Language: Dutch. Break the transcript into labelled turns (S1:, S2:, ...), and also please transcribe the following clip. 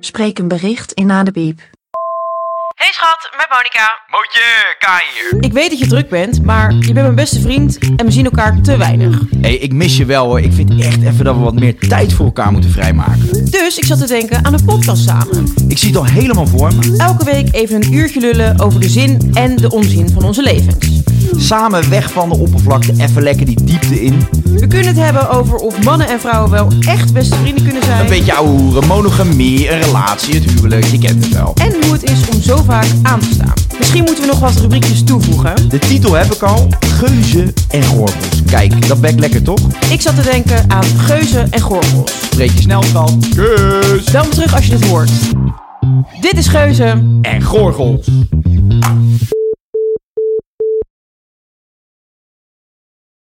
S1: Spreek een bericht in na de piep.
S2: Hey schat, met Monica.
S3: Mootje, Kai hier.
S4: Ik weet dat je druk bent, maar je bent mijn beste vriend en we zien elkaar te weinig.
S3: hey, ik mis je wel hoor. Ik vind echt even dat we wat meer tijd voor elkaar moeten vrijmaken.
S4: Dus ik zat te denken aan een podcast samen.
S3: Ik zie het al helemaal voor me.
S4: Elke week even een uurtje lullen over de zin en de onzin van onze levens.
S3: Samen weg van de oppervlakte, even lekker die diepte in.
S4: We kunnen het hebben over of mannen en vrouwen wel echt beste vrienden kunnen zijn.
S3: Een beetje ouwe hoeren, monogamie, een relatie, het huwelijk, je kent het wel.
S4: En hoe het is om zo vaak aan te staan. Misschien moeten we nog wat rubriekjes toevoegen.
S3: De titel heb ik al, geuzen en gorgels. Kijk, dat bekt lekker toch?
S4: Ik zat te denken aan geuzen en gorgels.
S3: Spreek je snel van. Keus
S4: Bel me terug als je dit hoort. Dit is Geuzen.
S3: en gorgels.